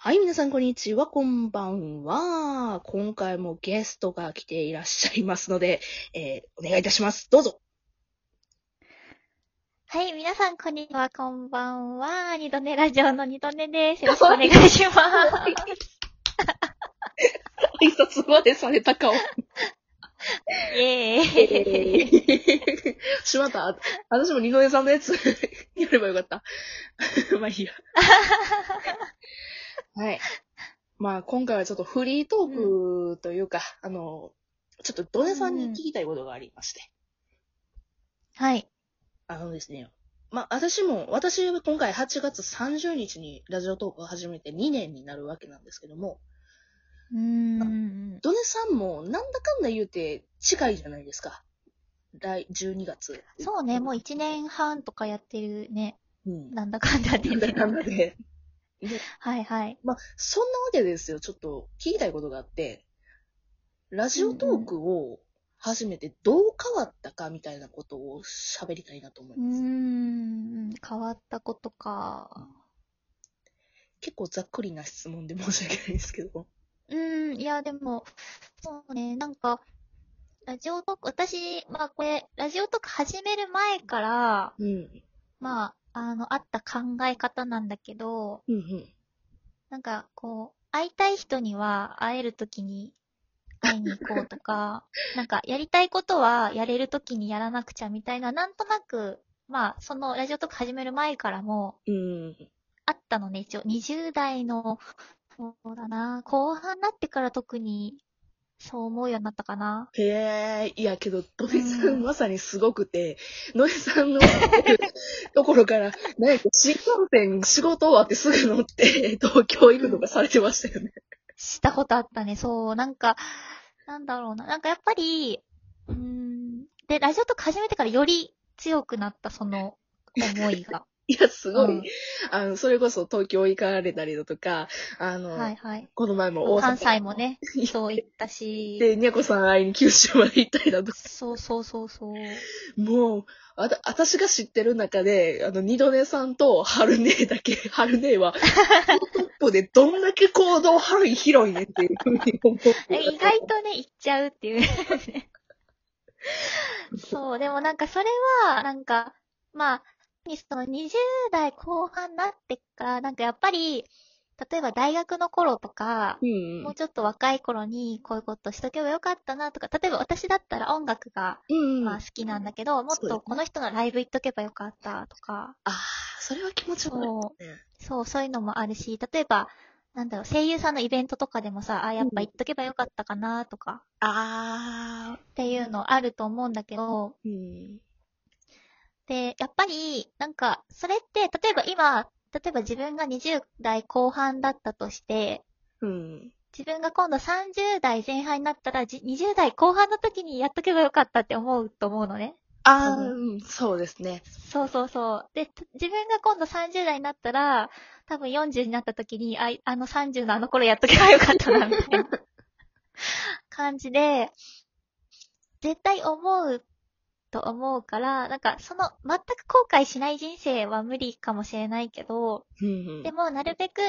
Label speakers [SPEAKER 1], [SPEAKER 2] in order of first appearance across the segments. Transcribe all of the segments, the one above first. [SPEAKER 1] はい、皆さん、こんにちは、こんばんは。今回もゲストが来ていらっしゃいますので、えー、お願いいたします。どうぞ。
[SPEAKER 2] はい、皆さん、こんにちは、こんばんは。二度寝ラジオの二度寝です。よろしくお願いします。
[SPEAKER 1] 挨拶までされた顔。
[SPEAKER 2] イェ
[SPEAKER 1] え
[SPEAKER 2] ーイ。
[SPEAKER 1] ー、しまった。私も二の江さんのやつ、 やればよかった。 まあいい や。はい。まあ、今回はちょっとフリートークというか、あの、ちょっとドネさんに聞きたいことがありまして。
[SPEAKER 2] はい。
[SPEAKER 1] あのですね、まあ、私も、私は今回8月30日にラジオトークを始めて2年になるわけなんですけども、
[SPEAKER 2] うーん。
[SPEAKER 1] ドネさんもなんだかんだ言うて近いじゃないですか。来、12月。
[SPEAKER 2] そうね、もう一年半とかやってるね。
[SPEAKER 1] うん。な
[SPEAKER 2] なんだかんだで、
[SPEAKER 1] んだかんだで。
[SPEAKER 2] はいはい。
[SPEAKER 1] まあ、そんなわけですよ。ちょっと聞きたいことがあって、ラジオトークを始めてどう変わったかみたいなことを喋りたいなと思いう
[SPEAKER 2] ー
[SPEAKER 1] ます。
[SPEAKER 2] ん。変わったことか。
[SPEAKER 1] 結構ざっくりな質問で申し訳ないですけど。
[SPEAKER 2] うーん、いや、でも、そうね、なんか、ラジオトーク、私、まあこれ、ラジオトーク始める前から、
[SPEAKER 1] うん。
[SPEAKER 2] まあ、あの、あった考え方なんだけど、
[SPEAKER 1] うんうん。
[SPEAKER 2] なんか、こう、会いたい人には会えるときに会いに行こうとか、なんか、やりたいことはやれるときにやらなくちゃみたいな、なんとなく、まあ、そのラジオトーク始める前からも
[SPEAKER 1] うん。
[SPEAKER 2] あったのね、一応。20代の、そうだな、後半になってから特に、そう思うようになったかな。
[SPEAKER 1] へえ、いやけど、土井さ
[SPEAKER 2] うんん
[SPEAKER 1] まさにすごくて、土井さんのところから、なんやっけ新幹線仕事終わってすぐ乗って、東京行くとかされてましたよね。
[SPEAKER 2] したことあったね、そう、なんか、なんだろうな、なんかやっぱり、うーん、で、ラジオトーク始めてからより強くなった、その、思いが。
[SPEAKER 1] いや、すごい、
[SPEAKER 2] うん
[SPEAKER 1] あの、それこそ東京行かれたりだとか、あの、
[SPEAKER 2] はいはい。
[SPEAKER 1] この前も大阪
[SPEAKER 2] 関西もね
[SPEAKER 1] 行っ、
[SPEAKER 2] そう言ったし、
[SPEAKER 1] で、にゃこさん会いに九州まで行ったりだとか、
[SPEAKER 2] そうそうそうそう。
[SPEAKER 1] もう、あた、私が知ってる中で、あの、二度寝さんと春姉だけ、 春姉 は、トップでどんだけ行動範囲広いねっていうふうに思って。
[SPEAKER 2] え意外とね、行っちゃうっ ていう。そう、でもなんかそれは、なんか、まあ、その20代後半になってから、なんかやっぱり、例えば大学の頃とか
[SPEAKER 1] う、ん
[SPEAKER 2] もうちょっと若い頃にこういうことしとけばよかったなとか、例えば私だったら音楽が、
[SPEAKER 1] うん。
[SPEAKER 2] まあ
[SPEAKER 1] あ
[SPEAKER 2] 好きなんだけど、もっ
[SPEAKER 1] そうだね
[SPEAKER 2] とこの人のライブ行っとけばよかったとか、
[SPEAKER 1] あー、それは気持ち悪い
[SPEAKER 2] そう
[SPEAKER 1] ね。
[SPEAKER 2] そう、そういうのもあるし、例えば、なんだろう、声優さんのイベントとかでもさ、あ、やっぱ行っとけばよかったかな、とか、
[SPEAKER 1] あ
[SPEAKER 2] っていうのあると思うんだけど、
[SPEAKER 1] ー。うん。
[SPEAKER 2] で、やっぱり、なんか、それって、例えば今、例えば自分が20代後半だったとして、
[SPEAKER 1] うん。
[SPEAKER 2] 自分が今度30代前半になったら、じ20代後半の時にやっとけばよかったって思うと思うのね。
[SPEAKER 1] あー、
[SPEAKER 2] う
[SPEAKER 1] うん、そうですね。
[SPEAKER 2] そうそうそう。で、と自分が今度30代になったら、多分40になった時に、あいあの30のあの頃やっとけばよかったな、み たいな感じで、絶対思うと思うから、なんかその全く後悔しない人生は無理かもしれないけど、
[SPEAKER 1] うんうん
[SPEAKER 2] でもなるべく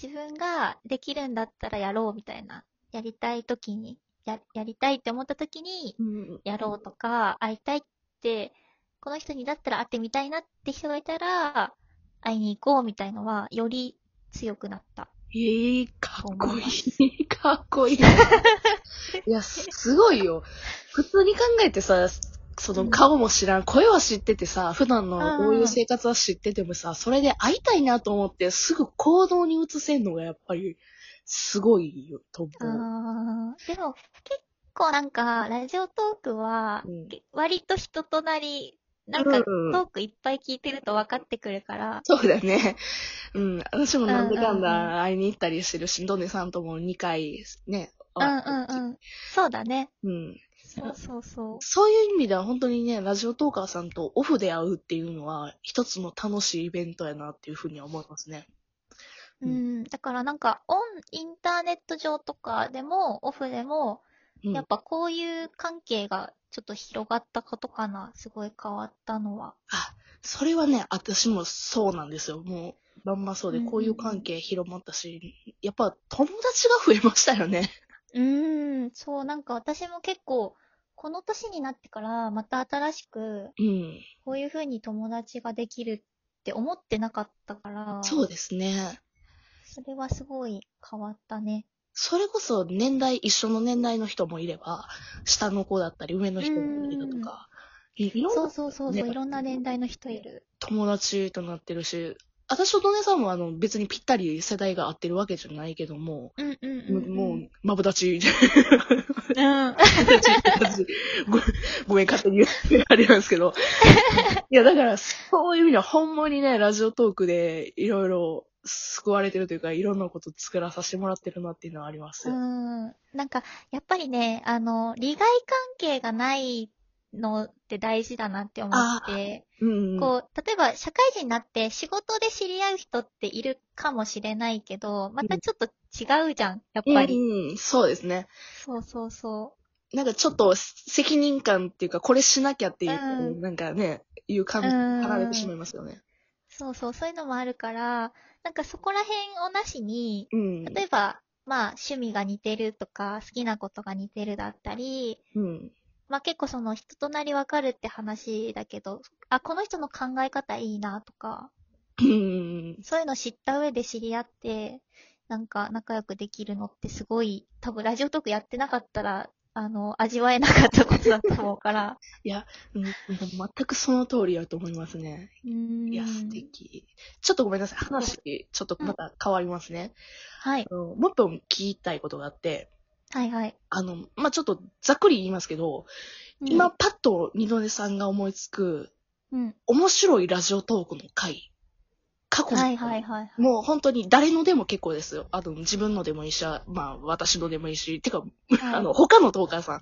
[SPEAKER 2] 自分ができるんだったらやろうみたいな、やりたい時に、ややりたいって思った時に
[SPEAKER 1] うん。
[SPEAKER 2] やろうとか、会いたいって、この人にだったら会ってみたいなって人がいたら、会いに行こうみたいのは、より強くなった。
[SPEAKER 1] えー、かっこいい。 かっ こいい。いや、すすごいよ。普通に考えてさ、その顔も知らん、声は知っててさ、普段の
[SPEAKER 2] うん
[SPEAKER 1] こういう生活は知っててもさ、それで会いたいなと思ってすぐ行動に移せんのがやっぱりすごいよ、と
[SPEAKER 2] あ
[SPEAKER 1] 思う。
[SPEAKER 2] ーでも、結構なんか、ラジオトークは
[SPEAKER 1] うん、
[SPEAKER 2] 割と人となり、なんか、ト
[SPEAKER 1] うん
[SPEAKER 2] ークいっぱい聞いてると分かってくるから、
[SPEAKER 1] そうだね。うん。私もなんだかん
[SPEAKER 2] うんうん
[SPEAKER 1] だ会いに行ったりしてるし、ドネさんとも2回ね。
[SPEAKER 2] うんうん
[SPEAKER 1] 会って
[SPEAKER 2] うん。そうだね。
[SPEAKER 1] うん。
[SPEAKER 2] そうそうそう。
[SPEAKER 1] そういう意味では本当にね、ラジオトーカーさんとオフで会うっていうのは、一つの楽しいイベントやなっていうふうには思いますね。う
[SPEAKER 2] うんん、だからなんか、オン、インターネット上とかでも、オフでも、
[SPEAKER 1] うん、
[SPEAKER 2] やっぱこういう関係がちょっと広がったことかな。すごい変わったのは。
[SPEAKER 1] あ、それはね、私もそうなんですよ。もう、まんまそうで、
[SPEAKER 2] うんうんうん
[SPEAKER 1] こういう関係広まったし、やっぱ友達が増えましたよね。
[SPEAKER 2] うーん、そう、なんか私も結構、この年になってから、また新しく、
[SPEAKER 1] うん。
[SPEAKER 2] こういう風に友達ができるって思ってなかったから、
[SPEAKER 1] そうですね。
[SPEAKER 2] それはすごい変わったね。
[SPEAKER 1] それこそ年代、一緒の年代の人もいれば、下の子だったり上の人もいるとか、いろん
[SPEAKER 2] そう
[SPEAKER 1] な
[SPEAKER 2] そうそうそ
[SPEAKER 1] ね
[SPEAKER 2] う、いろんな年代の人いる。
[SPEAKER 1] 友達となってるし、私とお姉さんもあの別にぴったり世代が合ってるわけじゃないけども、
[SPEAKER 2] うんうんう
[SPEAKER 1] も
[SPEAKER 2] ん、うん。
[SPEAKER 1] もう、マブダチ、
[SPEAKER 2] うん。
[SPEAKER 1] ごごめん、勝手に言ってあれなんですけ ど。いや、だから、そういう意味では、ほんまにね、ラジオトークで、いろいろ救われてるというか、いろんなこと作らさせてもらってるなっていうのはあります。
[SPEAKER 2] うん。なんか、やっぱりね、あの、利害関係がないのって大事だなって思って、
[SPEAKER 1] うん。
[SPEAKER 2] こう、例えば社会人になって仕事で知り合う人っているかもしれないけど、またちょっと違うじゃん、やっぱり。
[SPEAKER 1] うん、そうですね。
[SPEAKER 2] そうそうそ
[SPEAKER 1] なんかちょっと責任感っていうか、これしなきゃっていう、
[SPEAKER 2] うん
[SPEAKER 1] なんかね、いう感じ
[SPEAKER 2] うん
[SPEAKER 1] かられてしまいますよね。
[SPEAKER 2] う。そうそう、そういうのもあるから、なんかそこら辺をなしに、
[SPEAKER 1] うん。
[SPEAKER 2] 例えば、まあ趣味が似てるとか、好きなことが似てるだったり、
[SPEAKER 1] うん。
[SPEAKER 2] まあ結構その人となりわかるって話だけど、あ、この人の考え方いいなとか、
[SPEAKER 1] うん。
[SPEAKER 2] そういうの知った上で知り合って、なんか仲良くできるのってすごい、多分ラジオトークやってなかったら、あの、味わえなかったことだと思 うから。
[SPEAKER 1] うんでも全くその通りだと思いますね。
[SPEAKER 2] うーん。
[SPEAKER 1] いや、素敵。ちょっとごめんなさい。話、ちょっとまた変わりますね。
[SPEAKER 2] はい。
[SPEAKER 1] あのもっと聞きたいことがあって、
[SPEAKER 2] はいはい。
[SPEAKER 1] あの、まあ、ちょっとざっくり言いますけど、
[SPEAKER 2] うん
[SPEAKER 1] 今、、パッと二度寝さんが思いつく、
[SPEAKER 2] うん。
[SPEAKER 1] 面白いラジオトークの回。過去の
[SPEAKER 2] は
[SPEAKER 1] 回
[SPEAKER 2] いはいはい。
[SPEAKER 1] もう本当に誰のでも結構ですよ。あの、自分のでもいいし、あまあ、私のでもいいし、てか、あの、他のトーカーさ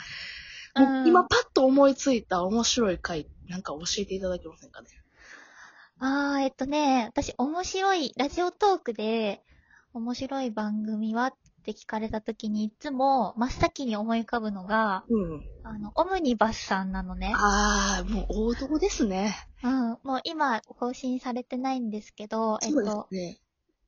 [SPEAKER 1] ん。もう
[SPEAKER 2] うん
[SPEAKER 1] 今、パッと思いついた面白い回、なんか教えていただけませんかね。
[SPEAKER 2] あー、えっとね、私、面白い、ラジオトークで、面白い番組はって聞かれた時に、いつも真っ先に思い浮かぶのが、
[SPEAKER 1] うん。
[SPEAKER 2] あの、オムニバスさんなのね。
[SPEAKER 1] ああ、もう王道ですね。
[SPEAKER 2] うん。もう今、更新されてないんですけど、えっ
[SPEAKER 1] そうです
[SPEAKER 2] と、
[SPEAKER 1] ね。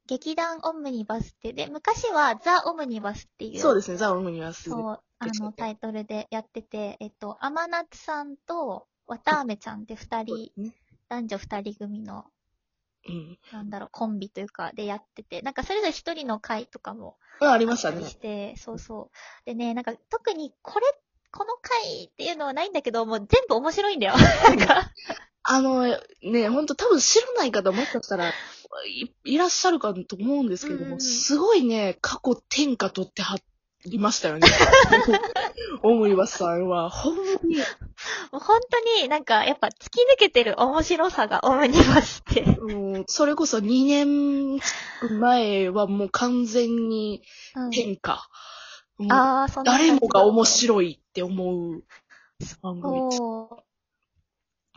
[SPEAKER 2] 劇団オムニバスって、で、昔はザ・オムニバスっていう、
[SPEAKER 1] そうですね、ザ・オムニバス。
[SPEAKER 2] そうあ
[SPEAKER 1] ですね
[SPEAKER 2] の、タイトルでやってて、えっと、天夏さんと、綿飴ちゃんって二
[SPEAKER 1] そうで
[SPEAKER 2] 人、
[SPEAKER 1] すね。
[SPEAKER 2] 男女二人組の、
[SPEAKER 1] うん。
[SPEAKER 2] なんだろう、コンビというか、でやってて、なんかそれぞれ一人の回とかも
[SPEAKER 1] あ、あ
[SPEAKER 2] あ
[SPEAKER 1] りましたね
[SPEAKER 2] っ。たりして、そうそう。でね、なんか特にこれ、この回っていうのはないんだけど、もう全部面白いんだよ。 なんか、
[SPEAKER 1] あの、ね、ほんと多分知らない方もしかしたらいいらっしゃるかと思うんですけど
[SPEAKER 2] うんう
[SPEAKER 1] も、
[SPEAKER 2] ん
[SPEAKER 1] すごいね、過去天下取ってはりましたよ ね。オムニバスさんは、ほんまに、
[SPEAKER 2] もう本当になんかやっぱ突き抜けてる面白さがオムニバスって。
[SPEAKER 1] うんそれこそ2年前はもう完全に
[SPEAKER 2] うん
[SPEAKER 1] 天下。もう
[SPEAKER 2] ああ、そんな感じ
[SPEAKER 1] 誰もが面白いって思う番組。
[SPEAKER 2] そう。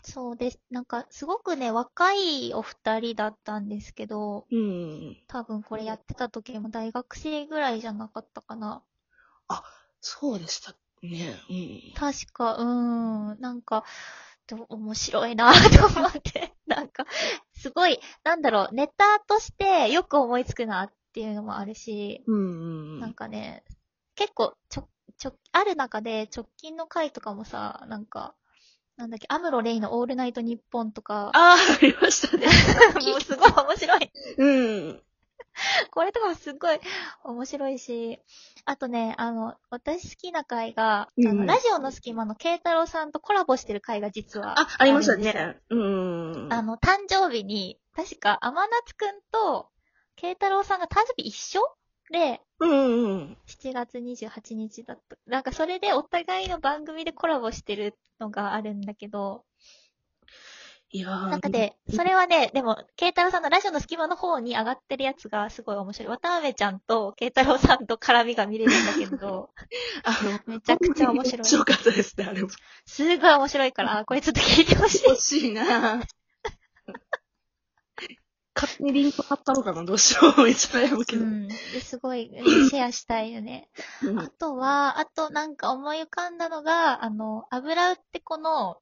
[SPEAKER 2] そうです。なんか、すごくね、若いお二人だったんですけど、
[SPEAKER 1] うん。
[SPEAKER 2] 多分これやってた時も大学生ぐらいじゃなかったかな。
[SPEAKER 1] そうでしたね。うん。
[SPEAKER 2] 確か、うーん、なんか、でも面白いなぁと思って、 なんか、すごい、なんだろう、ネタとしてよく思いつくなっていうのもあるし、
[SPEAKER 1] うんうんう
[SPEAKER 2] なん
[SPEAKER 1] ん。
[SPEAKER 2] かね、結構、ちょ、ちょ、ある中で直近の回とかもさ、なんか、なんだっけ、アムロレイのオールナイトニッポンとか、
[SPEAKER 1] ああ、ありましたね。
[SPEAKER 2] もうすごい面白い。
[SPEAKER 1] うん。
[SPEAKER 2] これとかもすっごい面白いし、あとね、あの、私好きな回が、あ
[SPEAKER 1] うんう
[SPEAKER 2] の
[SPEAKER 1] ん
[SPEAKER 2] ラジオの隙間の慶太郎さんとコラボしてる回が実は。
[SPEAKER 1] あ、ありました
[SPEAKER 2] るんですよ。
[SPEAKER 1] ね。うん。
[SPEAKER 2] あの、誕生日に、確か天夏くんと慶太郎さんが誕生日一緒で、
[SPEAKER 1] うんうんうん。
[SPEAKER 2] 7月28日だった。なんかそれでお互いの番組でコラボしてるのがあるんだけど、
[SPEAKER 1] いやー
[SPEAKER 2] なんか、で、それはね、でも、慶太郎さんのラジオの隙間の方に上がってるやつがすごい面白い。渡辺ちゃんと慶太郎さんと絡みが見れるんだけど、
[SPEAKER 1] あの、
[SPEAKER 2] めちゃくちゃ面白い
[SPEAKER 1] 面白かったですね、あれも。
[SPEAKER 2] すごい面白いから、あこれちょっと聞いてほしい。
[SPEAKER 1] 欲しい な勝手にリンク貼ったのかな、どうしよう。めっちゃ悩むけ
[SPEAKER 2] う
[SPEAKER 1] ど。
[SPEAKER 2] ん。ですごい、うんシェアしたいよ ね。
[SPEAKER 1] うん
[SPEAKER 2] あとは、あとなんか思い浮かんだのが、あの、油売ってこの、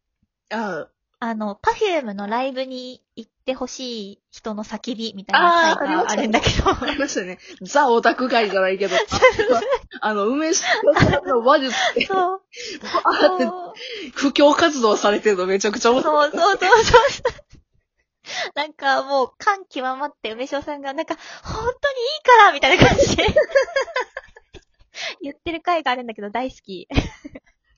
[SPEAKER 1] あ
[SPEAKER 2] あの、パフュームのライブに行ってほしい人の叫びみたいな回があるんだけど、
[SPEAKER 1] ありましたね。ザオタク会じゃない けど、あの、梅下さんの話術って、
[SPEAKER 2] そう。
[SPEAKER 1] あーって
[SPEAKER 2] そう
[SPEAKER 1] 布教活動されてるのめちゃくちゃ面白い。
[SPEAKER 2] そうそうそう そう。なんかもう感極まって梅塩さんがなんか本当にいいからみたいな感じで言ってる回があるんだけど大好き。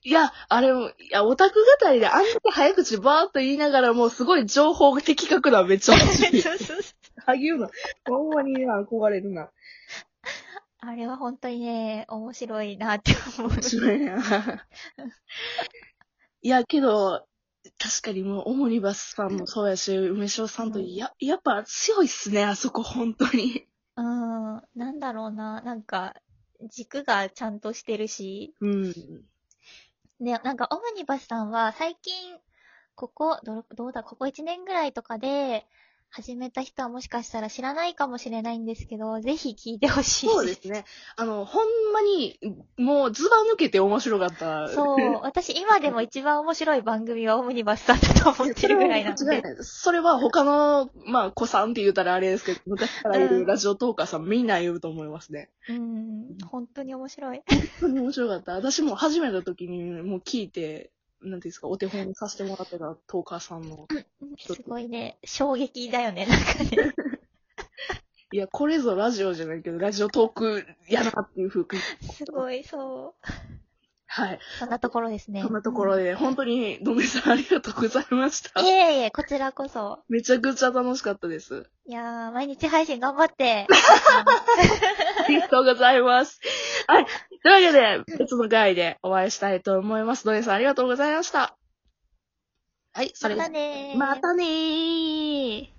[SPEAKER 1] いや、あれも、いや、オタク語りであんだけ早口バーっと言いながらもうすごい情報が的確なめっちゃ面白い。
[SPEAKER 2] そうそうそう
[SPEAKER 1] 萩生田、 ほんまにな、憧れるな。
[SPEAKER 2] あれは本当にね、面白いなって思う。
[SPEAKER 1] 面白いな。いや、けど、確かにもう、オモニバスさんもそうやし、梅塩さんと、いや、やっぱ強いっすね、あそこ、本当に。
[SPEAKER 2] うん、なんだろうな、なんか軸がちゃんとしてるし、
[SPEAKER 1] うん。
[SPEAKER 2] ね、なんかオムニバスさんは最近、ここ、どれ、どうだ、ここ1年ぐらいとかで、始めた人はもしかしたら知らないかもしれないんですけど、ぜひ聞いてほしい。
[SPEAKER 1] そうですね。あの、ほんまに、もう、ズバ抜けて面白かった。
[SPEAKER 2] そう。私今でも一番面白い番組はオムニバスさんだと思ってるぐらいな ん
[SPEAKER 1] それは間違い
[SPEAKER 2] で。
[SPEAKER 1] ないですそれは他の、まあ、子さんって言ったらあれですけど、昔からいるラジオトーカーさん、みんな言うと思いますね。
[SPEAKER 2] うん。本当に面 白い。
[SPEAKER 1] 本当に面白かった。私も初めた時に、もう聞いて、なんていうんですか、お手本にさせてもらってたトーカーさんの。
[SPEAKER 2] すごいね、衝撃だよね、なんかね。
[SPEAKER 1] いや、これぞラジオじゃないけど、ラジオトークやなっていう風に。
[SPEAKER 2] すごい、そう。
[SPEAKER 1] はい。
[SPEAKER 2] そんなところですね。
[SPEAKER 1] そんなところ
[SPEAKER 2] で。
[SPEAKER 1] で、本当に、ドメさんありがとうございました
[SPEAKER 2] い。えいえ、こちらこそ。
[SPEAKER 1] めちゃくちゃ楽しかったです。
[SPEAKER 2] いやー、毎日配信頑張って。
[SPEAKER 1] ありがとうございます。はい。というわけで、別の回でお会いしたいと思います。ドネさんあ りがとうございました。はい、そ
[SPEAKER 2] ま
[SPEAKER 1] れで
[SPEAKER 2] た
[SPEAKER 1] は
[SPEAKER 2] ねー。
[SPEAKER 1] またねー。